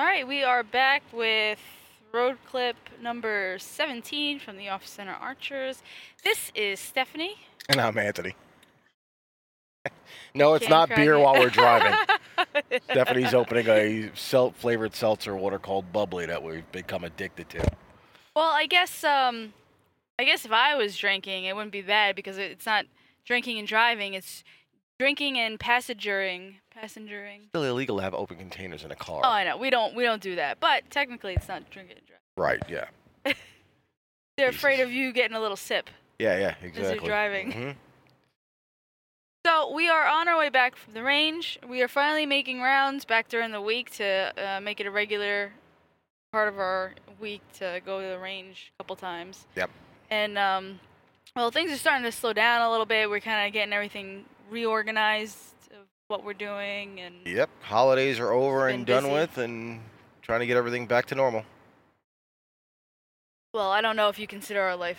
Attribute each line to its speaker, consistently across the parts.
Speaker 1: All right, we are back with road clip number 17 from the Off Center Archers. This is Stephanie.
Speaker 2: And I'm Anthony. no, Oh, it's
Speaker 1: Can't
Speaker 2: not
Speaker 1: cry
Speaker 2: beer
Speaker 1: yet.
Speaker 2: while we're driving. Stephanie's opening a sel- flavored seltzer water called Bubbly that we've become addicted to.
Speaker 1: Well, I guess um, I guess if I was drinking, it wouldn't be bad because it- it's not drinking and driving; it's drinking and passengering, passengering.
Speaker 2: Still illegal to have open containers in a car.
Speaker 1: Oh, I know we don't we don't do that, but technically, it's not drinking and driving.
Speaker 2: Right, yeah.
Speaker 1: They're
Speaker 2: Jesus.
Speaker 1: afraid of you getting a little sip.
Speaker 2: Yeah, yeah, exactly.
Speaker 1: driving.
Speaker 2: Mhm.
Speaker 1: So we are on our way back from the range. We are finally making rounds back during the week to uh, make it a regular part of our week to go to the range a couple times.
Speaker 2: Yep.
Speaker 1: And um, well, things are starting to slow down a little bit. We're kind of getting everything reorganized of what we're doing, and
Speaker 2: Yep, holidays are over
Speaker 1: It's
Speaker 2: and
Speaker 1: been
Speaker 2: done
Speaker 1: busy.
Speaker 2: with, and trying to get everything back to normal.
Speaker 1: well, I don't know if you consider our life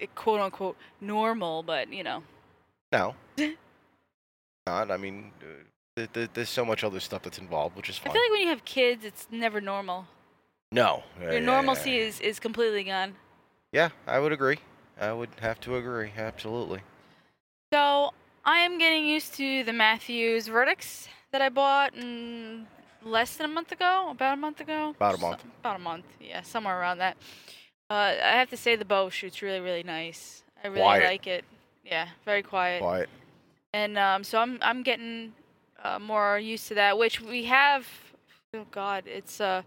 Speaker 1: eh, quote unquote normal, but you know,
Speaker 2: No, not. I mean, uh, th- th- there's so much other stuff that's involved, which is
Speaker 1: I
Speaker 2: fine.
Speaker 1: feel like when you have kids, it's never normal.
Speaker 2: no, Yeah, yeah,
Speaker 1: Your
Speaker 2: Eh, yeah,
Speaker 1: normalcy is is completely gone.
Speaker 2: Yeah, I would agree. I would have to agree. Absolutely.
Speaker 1: So I am getting used to the Matthews verdicts that I bought mm, less than a month ago, about a month ago.
Speaker 2: About a month.
Speaker 1: Some- about a month, yeah, somewhere around that. Uh, I have to say the bow shoots really, really nice. I really
Speaker 2: Quiet.
Speaker 1: like it. Yeah, very quiet.
Speaker 2: Quiet.
Speaker 1: And um, so I'm I'm getting uh, more used to that, which we have. Oh God, it's uh,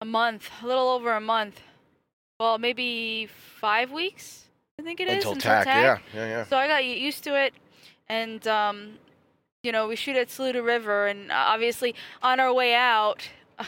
Speaker 1: a month, a little over a month. Well, maybe five weeks. I think it is
Speaker 2: Until tack. Yeah, yeah, yeah.
Speaker 1: so I got u- used to it, and um, you know we shoot at Saluda River, and uh, obviously on our way out,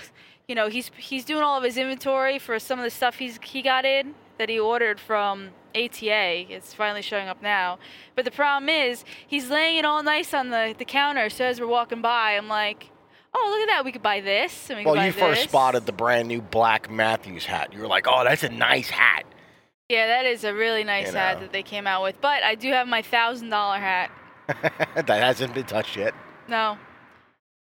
Speaker 1: you know he's he's doing all of his inventory for some of the stuff he's he got in that he ordered from ATA. It's finally showing up now, but the problem is he's laying it all nice on the the counter. So as we're walking by, I'm like, oh look at that, we could buy this. And we could
Speaker 2: Well,
Speaker 1: buy
Speaker 2: you first
Speaker 1: this."
Speaker 2: spotted the brand new black Matthews hat. You were like, "Oh, that's a nice hat."
Speaker 1: Yeah, that is a really nice
Speaker 2: You
Speaker 1: hat
Speaker 2: know.
Speaker 1: that they came out with. But I do have my thousand dollar hat.
Speaker 2: that hasn't been touched yet.
Speaker 1: No,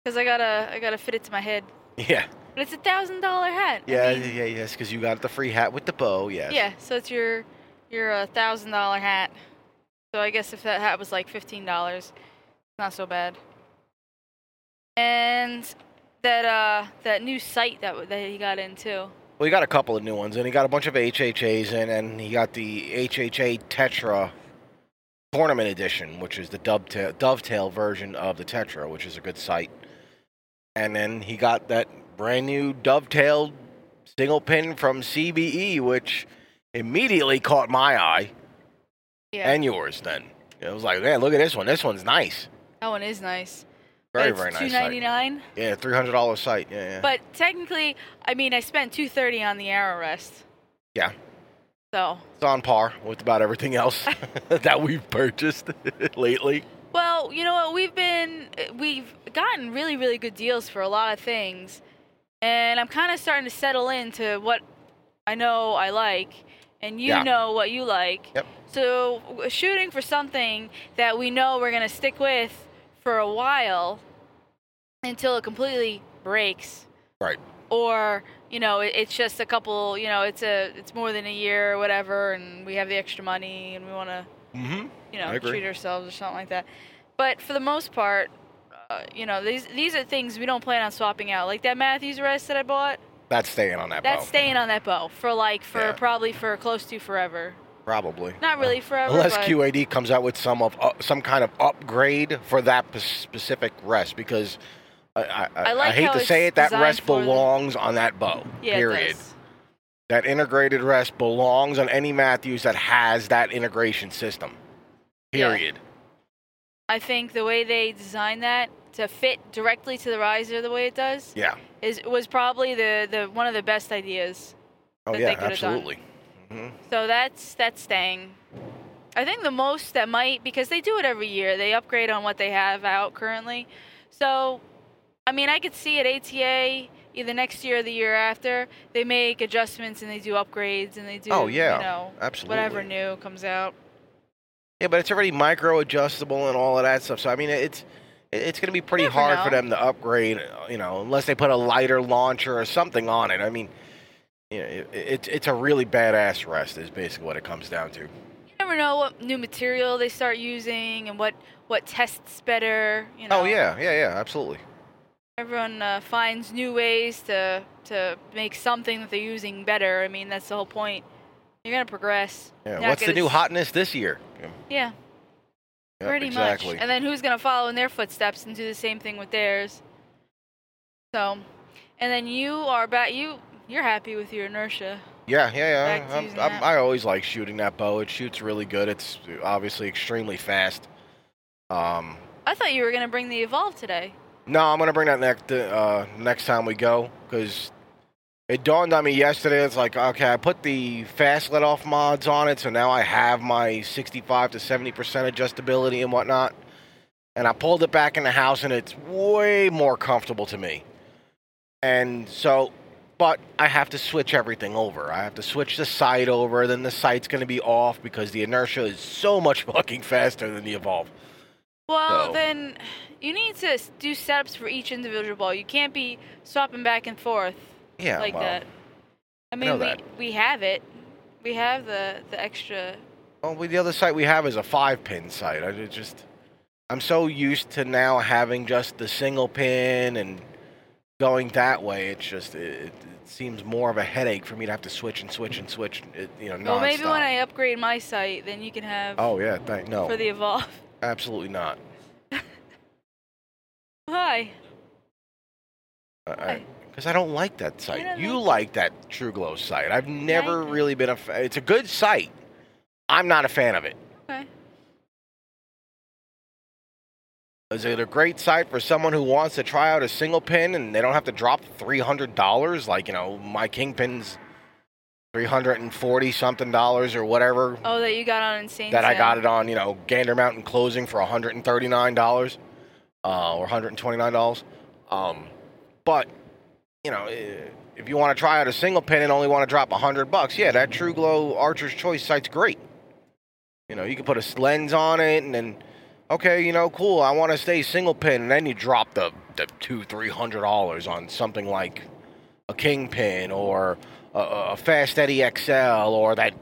Speaker 1: because I gotta I gotta fit it to my head.
Speaker 2: Yeah,
Speaker 1: But it's a thousand dollar hat. I
Speaker 2: yeah,
Speaker 1: mean,
Speaker 2: yeah, yes, because you got the free hat with the bow. Yes.
Speaker 1: Yeah. So it's your your uh, thousand dollar hat. So I guess if that hat was like fifteen dollars, not so bad. And that uh that new site that w- that he got in too.
Speaker 2: Well, he got a couple of new ones, and he got a bunch of HHAs in, and he got the HHA Tetra Tournament Edition, which is the dovetail, dovetail version of the Tetra, which is a good sight. And then he got that brand new dovetailed single pin from CBE, which immediately caught my eye
Speaker 1: Yeah.
Speaker 2: and yours. Then it was like, man, look at this one. This one's nice.
Speaker 1: that one is nice. But
Speaker 2: Very,
Speaker 1: it's
Speaker 2: very nice.
Speaker 1: Two
Speaker 2: sight.
Speaker 1: ninety nine.
Speaker 2: Yeah, three hundred dollar site. Yeah, yeah.
Speaker 1: But technically, I mean, I spent two thirty on the arrow rest.
Speaker 2: Yeah.
Speaker 1: So
Speaker 2: it's on par with about everything else that we've purchased lately.
Speaker 1: Well, you know what? We've been we've gotten really really good deals for a lot of things, and I'm kind of starting to settle into what I know I like, and you
Speaker 2: Yeah.
Speaker 1: know what you like.
Speaker 2: Yep.
Speaker 1: So w- shooting for something that we know we're gonna stick with for a while until it completely breaks.
Speaker 2: Right.
Speaker 1: Or you know it, it's just a couple. You know it's a it's more than a year or whatever, and we have the extra money and we want to
Speaker 2: Mm-hmm.
Speaker 1: you know,
Speaker 2: I agree.
Speaker 1: treat ourselves or something like that. But for the most part, uh, you know, these these are things we don't plan on swapping out. Like that Matthews rest that I bought,
Speaker 2: That's staying on that
Speaker 1: that's
Speaker 2: boat.
Speaker 1: staying on that bow for like for
Speaker 2: Yeah.
Speaker 1: probably for close to forever.
Speaker 2: Probably.
Speaker 1: Not really forever.
Speaker 2: Unless
Speaker 1: but
Speaker 2: QAD comes out with some of uh, some kind of upgrade for that p- specific rest, because I, I, I,
Speaker 1: I like
Speaker 2: hate
Speaker 1: how
Speaker 2: to
Speaker 1: it's
Speaker 2: say it, that
Speaker 1: designed
Speaker 2: rest
Speaker 1: for the-
Speaker 2: belongs on that bow.
Speaker 1: yeah, it
Speaker 2: period.
Speaker 1: does.
Speaker 2: That integrated rest belongs on any Matthews that has that integration system.
Speaker 1: Yeah.
Speaker 2: Period.
Speaker 1: I think the way they designed that to fit directly to the riser the way it does
Speaker 2: Yeah.
Speaker 1: is was probably the, the one of the best ideas.
Speaker 2: Oh
Speaker 1: That they
Speaker 2: yeah,
Speaker 1: could've done.
Speaker 2: absolutely. hmm
Speaker 1: So that's that's staying. I think the most that might because they do it every year. They upgrade on what they have out currently. So, I mean, I could see at ATA either next year or the year after they make adjustments and they do upgrades and they do
Speaker 2: Oh, yeah.
Speaker 1: you know
Speaker 2: Absolutely.
Speaker 1: whatever new comes out.
Speaker 2: Yeah, but it's already micro adjustable and all of that stuff. So I mean, it's it- it's going to be pretty
Speaker 1: never
Speaker 2: hard for
Speaker 1: know.
Speaker 2: them to upgrade. uh, You know, unless they put a lighter launcher or something on it. I mean, you know, it, it's it's a really badass rest is basically what it comes down to.
Speaker 1: You never know what new material they start using and what what tests better. You know.
Speaker 2: Oh yeah, yeah, yeah, absolutely.
Speaker 1: Everyone uh, finds new ways to to make something that they're using better. I mean, that's the whole point. You're gonna progress.
Speaker 2: Yeah.
Speaker 1: Not
Speaker 2: What's the
Speaker 1: gonna
Speaker 2: new
Speaker 1: s-
Speaker 2: hotness this year? Yeah,
Speaker 1: Yeah,
Speaker 2: Yep,
Speaker 1: pretty
Speaker 2: exactly.
Speaker 1: much. And then who's gonna follow in their footsteps and do the same thing with theirs? So, and then you are back. You you're happy with your inertia.
Speaker 2: Yeah, yeah,
Speaker 1: Back
Speaker 2: yeah.
Speaker 1: to
Speaker 2: I'm,
Speaker 1: using
Speaker 2: I'm,
Speaker 1: that.
Speaker 2: I always like shooting that bow. It shoots really good. It's obviously extremely fast. Um,
Speaker 1: I thought you were gonna bring the evolve today.
Speaker 2: no, I'm gonna bring that next uh, next time we go because it dawned on me yesterday. It's like okay, I put the fast let off mods on it, so now I have my 65 to 70 percent adjustability and whatnot. And I pulled it back in the house, and it's way more comfortable to me. And so, but I have to switch everything over. I have to switch the sight over. Then the sight's gonna be off because the inertia is so much fucking faster than the evolve.
Speaker 1: Well,
Speaker 2: So-
Speaker 1: then you need to s- do setups for each individual ball. You can't be swapping back and forth
Speaker 2: Yeah,
Speaker 1: like
Speaker 2: well,
Speaker 1: that. I mean,
Speaker 2: know
Speaker 1: we,
Speaker 2: that.
Speaker 1: we have it. We have the the extra.
Speaker 2: Well, we, the other site we have is a five pin site. I it just, I'm so used to now having just the single pin and going that way. It's just, it, it, it seems more of a headache for me to have to switch and switch and switch. It, you know, nonstop.
Speaker 1: Well, maybe when I upgrade my site, then you can have
Speaker 2: Oh yeah, thank no,
Speaker 1: for the evolve.
Speaker 2: absolutely not.
Speaker 1: Why? Why?
Speaker 2: Because I don't like that site.
Speaker 1: don't
Speaker 2: you
Speaker 1: like
Speaker 2: like that True Glow site. I've never
Speaker 1: it.
Speaker 2: really been a. Fa- it's a good site. I'm not a fan of it.
Speaker 1: Okay.
Speaker 2: Is it a great site for someone who wants to try out a single pin and they don't have to drop three hundred dollars? Like you know, my kingpin's three hundred and forty something dollars or whatever
Speaker 1: Oh, that you got on insane.
Speaker 2: that I
Speaker 1: Sale.
Speaker 2: got it on. You know, Gander Mountain closing for one hundred and thirty nine dollars uh, or one hundred and twenty nine dollars. Um, but you know, eh, if you want to try out a single pin and only want to drop hundred bucks, yeah, that True Glow Archer's Choice site's great. You know, you can put a s- lens on it and then. Okay, you know, cool. I want to stay single pin, and then you drop the, the two, three hundred dollars on something like a kingpin or a- a, a fast Eddie XL or that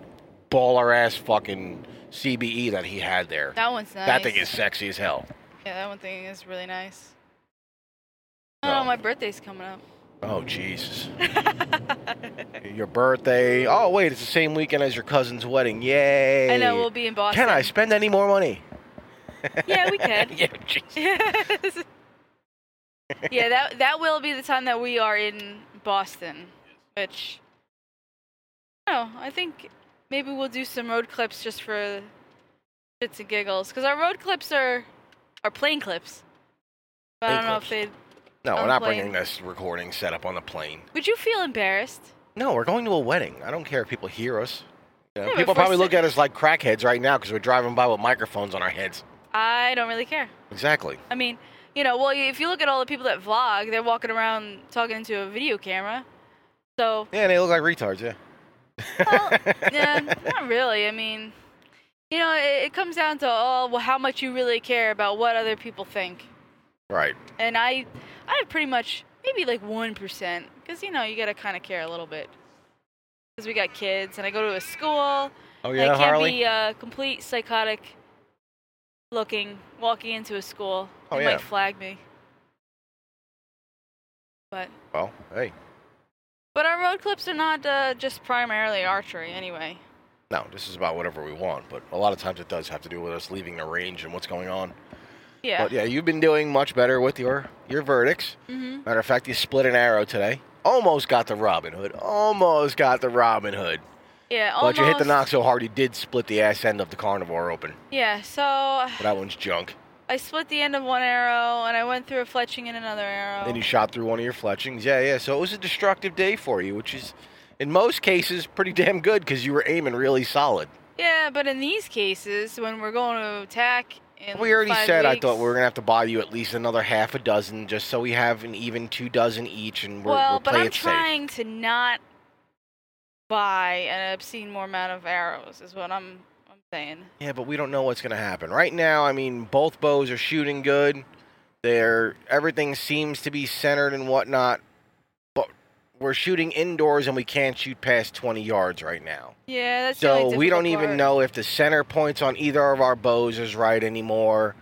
Speaker 2: baller ass fucking CBE that he had there.
Speaker 1: That one's nice.
Speaker 2: That thing is sexy as hell.
Speaker 1: Yeah, that one thing is really nice.
Speaker 2: No.
Speaker 1: Oh, my birthday's coming up.
Speaker 2: Oh Jesus! your birthday. Oh wait, it's the same weekend as your cousin's wedding. Yay!
Speaker 1: I know we'll be in Boston.
Speaker 2: Can I spend any more money?
Speaker 1: Yeah, we could.
Speaker 2: yeah, jeez.
Speaker 1: Yes. yeah, that that will be the time that we are in Boston, which no, I think maybe we'll do some road clips just for shits and giggles because our road clips are are plane clips. But I
Speaker 2: Plane
Speaker 1: don't know if
Speaker 2: clips.
Speaker 1: they.
Speaker 2: No, we're
Speaker 1: On
Speaker 2: not
Speaker 1: plane.
Speaker 2: bringing this recording setup on the plane.
Speaker 1: Would you feel embarrassed?
Speaker 2: No, we're going to a wedding. I don't care if people hear us. You know,
Speaker 1: Yeah, but
Speaker 2: people
Speaker 1: if we're
Speaker 2: probably look
Speaker 1: sit-
Speaker 2: at us like crackheads right now because we're driving by with microphones on our heads.
Speaker 1: I don't really care.
Speaker 2: Exactly.
Speaker 1: I mean, you know, well, if you look at all the people that vlog, they're walking around talking into a video camera. So
Speaker 2: Yeah, they look like retards. Yeah.
Speaker 1: well, yeah, not really. I mean, you know, it, it comes down to all well, how much you really care about what other people think.
Speaker 2: Right.
Speaker 1: And I, I pretty much maybe like one percent, because you know you gotta kind of care a little bit, because we got kids, and I go to a school.
Speaker 2: Oh
Speaker 1: and I can't be a complete psychotic looking walking into a school.
Speaker 2: Oh,
Speaker 1: they
Speaker 2: yeah.
Speaker 1: might flag me. But
Speaker 2: Well, hey.
Speaker 1: but our road clips are not uh, just primarily archery anyway.
Speaker 2: No, this is about whatever we want, but a lot of times it does have to do with us leaving the range and what's going on.
Speaker 1: Yeah.
Speaker 2: But yeah, you've been doing much better with your your verdicts.
Speaker 1: mm-hmm.
Speaker 2: Matter of fact, you split an arrow today. Almost got the Robin Hood. Almost got the Robin Hood.
Speaker 1: Yeah,
Speaker 2: But
Speaker 1: almost.
Speaker 2: you hit the knock so hard you did split the ass end of the carnivore open.
Speaker 1: Yeah, so uh,
Speaker 2: But that one's junk.
Speaker 1: I split the end of one arrow and I went through a fletching in another arrow.
Speaker 2: Then you shot through one of your fletchings. Yeah, yeah. So it was a destructive day for you, which is in most cases pretty damn good because you were aiming really solid.
Speaker 1: yeah, but in these cases, when we're going to attack, in
Speaker 2: We already
Speaker 1: five
Speaker 2: said I
Speaker 1: weeks-
Speaker 2: thought we were gonna have to buy you at least another half a dozen, just so we have an even two dozen each, and we're,
Speaker 1: well,
Speaker 2: we'll
Speaker 1: but
Speaker 2: play
Speaker 1: I'm
Speaker 2: it safe.
Speaker 1: trying to not buy an obscene more amount of arrows, is what I'm I'm saying.
Speaker 2: Yeah, but we don't know what's gonna happen right now. I mean, both bows are shooting good. There, everything seems to be centered and whatnot, but we're shooting indoors and we can't shoot past 20 yards right now.
Speaker 1: Yeah, that's the
Speaker 2: So
Speaker 1: only
Speaker 2: we don't
Speaker 1: difficult
Speaker 2: even
Speaker 1: part.
Speaker 2: know if the center points on either of our bows is right anymore.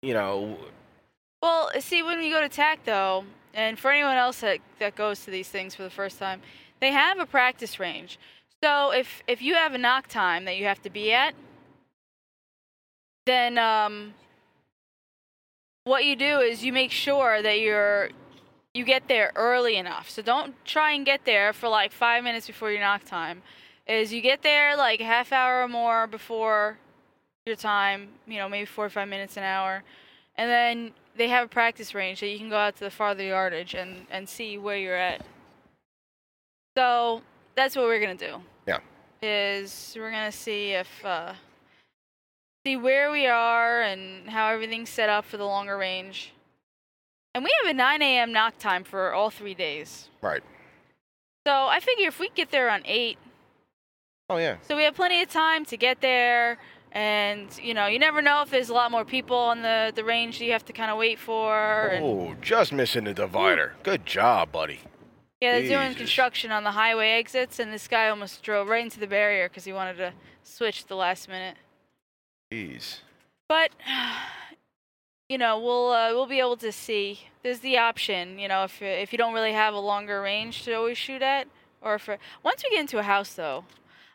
Speaker 2: You know,
Speaker 1: Well, see, when we go to TAC, though, and for anyone else that, that goes to these things for the first time, they have a practice range. So if, if you have a knock time that you have to be at, then um, what you do is you make sure that you're you get there early enough. So don't try and get there for like five minutes before your knock time. Is you get there like a half hour or more before your time, you know, maybe four or five minutes an hour. And then they have a practice range that you can go out to the farther yardage and, and see where you're at. So that's what we're gonna do.
Speaker 2: Yeah.
Speaker 1: Is we're gonna see if uh, see where we are and how everything's set up for the longer range. And we have a 9 a.m. knock time for all three days.
Speaker 2: right.
Speaker 1: So I figure if we get there on eight,
Speaker 2: Oh, yeah.
Speaker 1: so we have plenty of time to get there, and you know, you never know if there's a lot more people on the the range that you have to kind of wait for. And,
Speaker 2: Oh, just missing the divider. Good job, buddy.
Speaker 1: yeah, they're doing
Speaker 2: Jesus.
Speaker 1: construction on the highway exits, and this guy almost drove right into the barrier because he wanted to switch at the last minute.
Speaker 2: Jeez.
Speaker 1: But you know, we'll uh, we'll be able to see. There's the option, you know, if if you don't really have a longer range to always shoot at, or if once we get into a house though,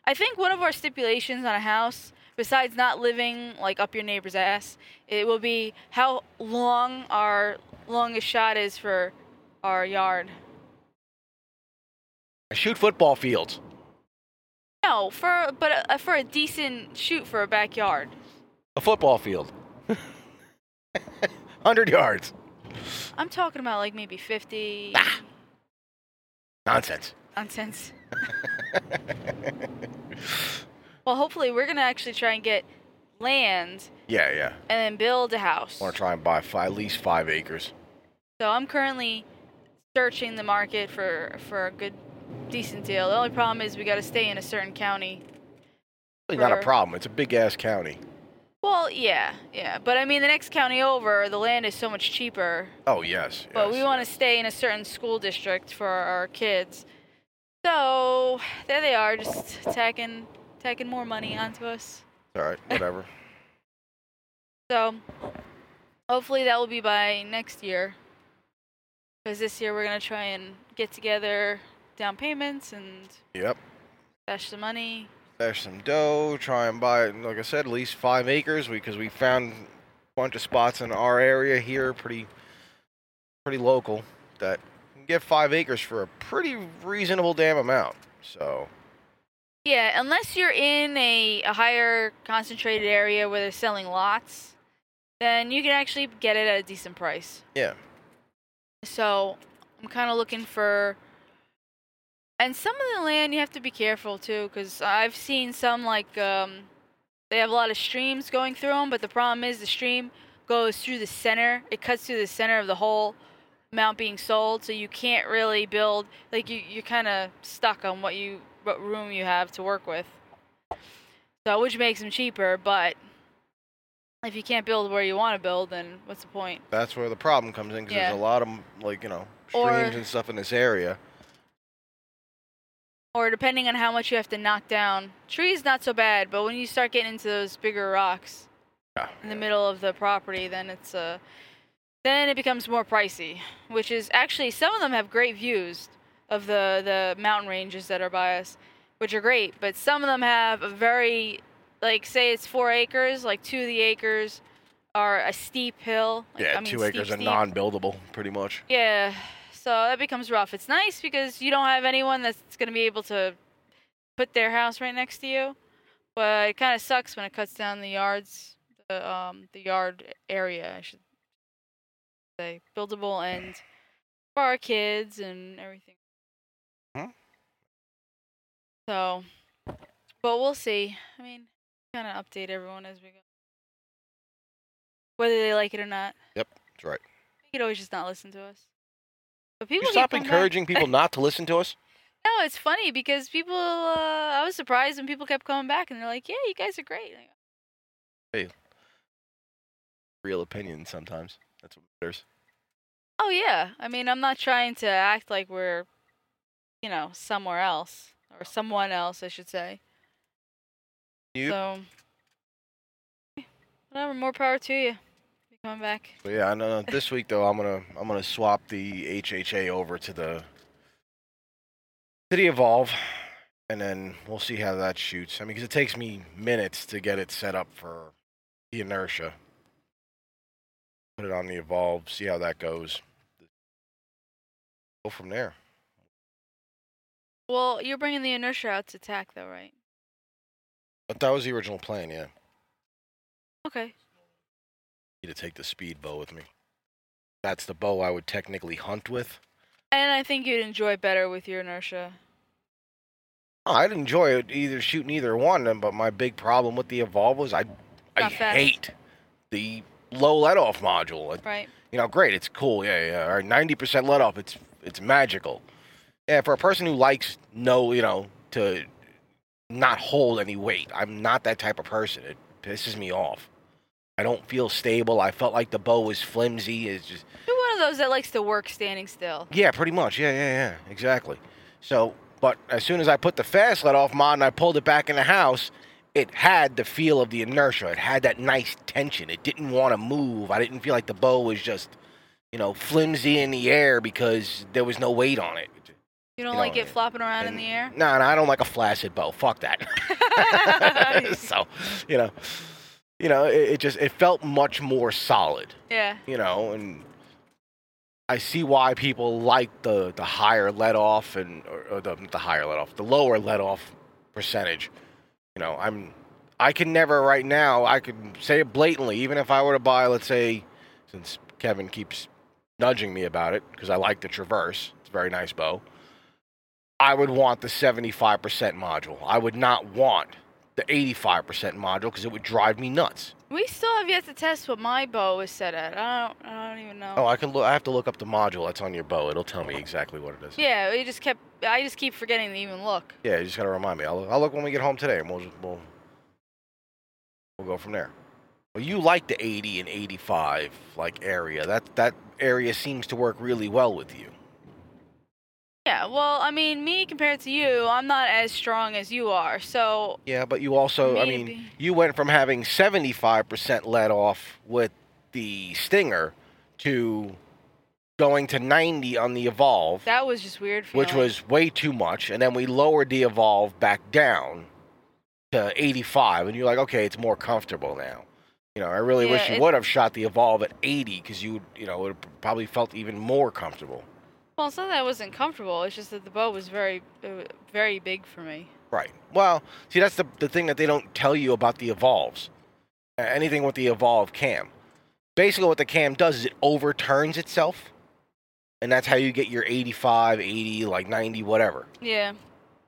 Speaker 1: I think one of our stipulations on a house, besides not living like up your neighbor's ass, it will be how long our longest shot is for our yard.
Speaker 2: Shoot football fields.
Speaker 1: No, for but uh, for a decent shoot for a backyard.
Speaker 2: A football field. 100 yards.
Speaker 1: I'm talking about like maybe 50
Speaker 2: Nonsense.
Speaker 1: nonsense. Well, hopefully, we're gonna actually try and get land
Speaker 2: yeah, yeah.
Speaker 1: and then build a house.
Speaker 2: I want to try and buy five, at least five acres.
Speaker 1: So I'm currently searching the market for for a good, decent deal. The only problem is we gotta stay in a certain county.
Speaker 2: Really not a
Speaker 1: Sure.
Speaker 2: problem. It's a big ass county.
Speaker 1: Well, yeah, yeah, but I mean, the next county over, the land is so much cheaper.
Speaker 2: Oh, yes.
Speaker 1: But
Speaker 2: yes.
Speaker 1: we want to stay in a certain school district for our kids. So there they are, just tacking tacking more money onto us.
Speaker 2: All right, whatever.
Speaker 1: So hopefully that will be by next year. Because this year we're going to try and get together down payments and
Speaker 2: yep.
Speaker 1: stash the money.
Speaker 2: There's some dough. Try and buy, like I said, at least five acres because we found a bunch of spots in our area here, pretty, pretty local, that you can get five acres for a pretty reasonable damn amount. So
Speaker 1: Yeah, unless you're in a, a higher concentrated area where they're selling lots, then you can actually get it at a decent price.
Speaker 2: yeah,
Speaker 1: So I'm kind of looking for. And some of the land you have to be careful too, because I've seen some like um, they have a lot of streams going through them, but the problem is the stream goes through the center. It cuts through the center of the whole amount being sold, so you can't really build. Like you, you're kind of stuck on what you what room you have to work with. So which makes them cheaper, but if you can't build where you want to build, then what's the point?
Speaker 2: that's where the problem comes in because
Speaker 1: Yeah.
Speaker 2: there's a lot of like you know streams
Speaker 1: Or-
Speaker 2: and stuff in this area.
Speaker 1: or depending on how much you have to knock down. Trees not so bad, but when you start getting into those bigger rocks
Speaker 2: Yeah.
Speaker 1: in the middle of the property, then it's uh then it becomes more pricey, which is actually some of them have great views of the the mountain ranges that are by us, which are great, but some of them have a very like say it's 4 acres, like 2 of the acres are a steep hill. Like,
Speaker 2: yeah,
Speaker 1: I mean,
Speaker 2: two
Speaker 1: steep,
Speaker 2: acres are
Speaker 1: steep.
Speaker 2: non-buildable, pretty much.
Speaker 1: Yeah, so that becomes rough. It's nice because you don't have anyone that's going to be able to put their house right next to you, but it kind of sucks when it cuts down the yards, the um, the yard area, I should say, buildable and for our kids and everything.
Speaker 2: Hmm.
Speaker 1: So, but we'll see. I mean, kind of update everyone as we go, whether they like it or not.
Speaker 2: That's right.
Speaker 1: You could always just not listen to us. But people
Speaker 2: You
Speaker 1: keep
Speaker 2: stop
Speaker 1: coming back.
Speaker 2: encouraging people not to listen to us.
Speaker 1: No, it's funny because people. Uh, I was surprised when people kept coming back and they're like, "Yeah, you guys are great." Like,
Speaker 2: Real opinions sometimes. That's what matters.
Speaker 1: Oh yeah. I mean, I'm not trying to act like we're, you know, somewhere else or someone else, I should say.
Speaker 2: You-
Speaker 1: So, whatever. More power to you. Be coming back.
Speaker 2: But yeah, I know this week though I'm gonna I'm gonna swap the HHA over to the City Evolve, and then we'll see how that shoots. I mean, because it takes me minutes to get it set up for the inertia. Put it on the Evolve, see how that goes. Go from there.
Speaker 1: Well, you're bringing the inertia out to attack, though, right?
Speaker 2: But that was the original plan. Yeah,
Speaker 1: Okay.
Speaker 2: need to take the speed bow with me. That's the bow I would technically hunt with.
Speaker 1: And I think you'd enjoy better with your inertia.
Speaker 2: Oh, I'd enjoy it either shooting either one of them, but my big problem with the Evolve was I, I
Speaker 1: Not fast.
Speaker 2: hate the low let off module. It-
Speaker 1: Right.
Speaker 2: You know, great, it's cool, yeah, yeah. All right, ninety percent let off, it's it's magical. Yeah, for a person who likes no, you know, to not hold any weight, I'm not that type of person. It pisses me off. I don't feel stable. I felt like the bow was flimsy. It's just
Speaker 1: You're one of those that likes to work standing still.
Speaker 2: yeah, pretty much. Yeah, yeah, yeah. Exactly. So, but as soon as I put the fast let off mod and I pulled it back in the house, it had the feel of the inertia. It had that nice tension. It didn't want to move. I didn't feel like the bow was just, you know, flimsy in the air because there was no weight on it.
Speaker 1: You don't
Speaker 2: You
Speaker 1: like
Speaker 2: know,
Speaker 1: it flopping around in
Speaker 2: And-
Speaker 1: the air.
Speaker 2: No, no, I don't like a flaccid bow. Fuck that. so, you know, you know, it, it just it felt much more solid
Speaker 1: yeah.
Speaker 2: you know, and I see why people like the the higher let off and or, or the not the higher let off, the lower let off percentage. You know, I'm I can never right now. I can say it blatantly, even if I were to buy, let's say, since Kevin keeps nudging me about it because I like the Traverse. It's a very nice bow. I would want the 75% module. I would not want the 85% module because it would drive me nuts.
Speaker 1: We still have yet to test what my bow is set at. I don't. I don't even know.
Speaker 2: Oh, I can look. I have to look up the module that's on your bow. It'll tell me exactly what it is.
Speaker 1: Yeah, we just kept. I just keep forgetting to even look.
Speaker 2: Yeah, you just gotta remind me. I'll, I'll look when we get home today, and we'll just, we'll we'll go from there. Well, you like the 80 and 85 like area. That that area seems to work really well with you.
Speaker 1: Yeah, well, I mean, me compared to you, I'm not as strong as you are. So
Speaker 2: Yeah, but you also, I mean,
Speaker 1: Maybe.
Speaker 2: you went from having 75% let off with the Stinger to going to 90 on the Evolve.
Speaker 1: that was just weird for
Speaker 2: which was way too much. And then we lowered the Evolve back down to 85, and you're like, okay, it's more comfortable now. You know, I really wish
Speaker 1: Yeah,
Speaker 2: you
Speaker 1: it-
Speaker 2: would have shot the Evolve at 80 because you, would- you know, would have probably felt even more comfortable.
Speaker 1: Well, it's not that I wasn't comfortable. It's just that the bow was very, it wa- very big for me.
Speaker 2: Right. Well, see, that's the, the thing that they don't tell you about the Evolves. A- Anything with the Evolve cam. Basically, what the cam does is it overturns itself, and that's how you get your 85, 80, like 90, whatever.
Speaker 1: Yeah.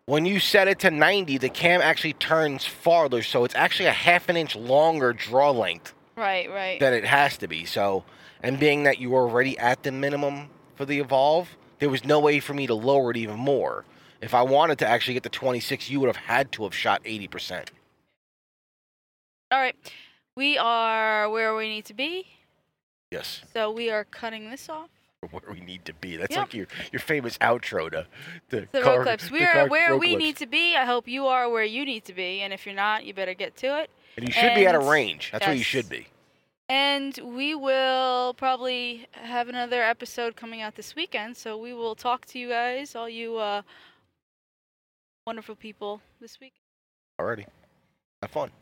Speaker 2: when you set it to 90, the cam actually turns farther, so it's actually a half an inch longer draw length
Speaker 1: Right. Right.
Speaker 2: than it has to be. So, and being that you were already at the minimum for the Evolve, there was no way for me to lower it even more. If I wanted to actually get to 26, you would have had to have shot 80%.
Speaker 1: All right. We are where we need to be.
Speaker 2: Yes,
Speaker 1: So we are cutting this off.
Speaker 2: where we need to be. That's
Speaker 1: Yeah.
Speaker 2: like your, your famous outro to the,
Speaker 1: The
Speaker 2: car-
Speaker 1: road clips. We
Speaker 2: the
Speaker 1: are
Speaker 2: car-
Speaker 1: where
Speaker 2: road
Speaker 1: we
Speaker 2: clips.
Speaker 1: need to be. I hope you are where you need to be. And if you're not, you better get to it.
Speaker 2: And you should be at a
Speaker 1: and-
Speaker 2: range. That's where you
Speaker 1: Yes.
Speaker 2: should be.
Speaker 1: And we will probably have another episode coming out this weekend. So we will talk to you guys, all you uh, wonderful people, this week.
Speaker 2: Already. Have fun.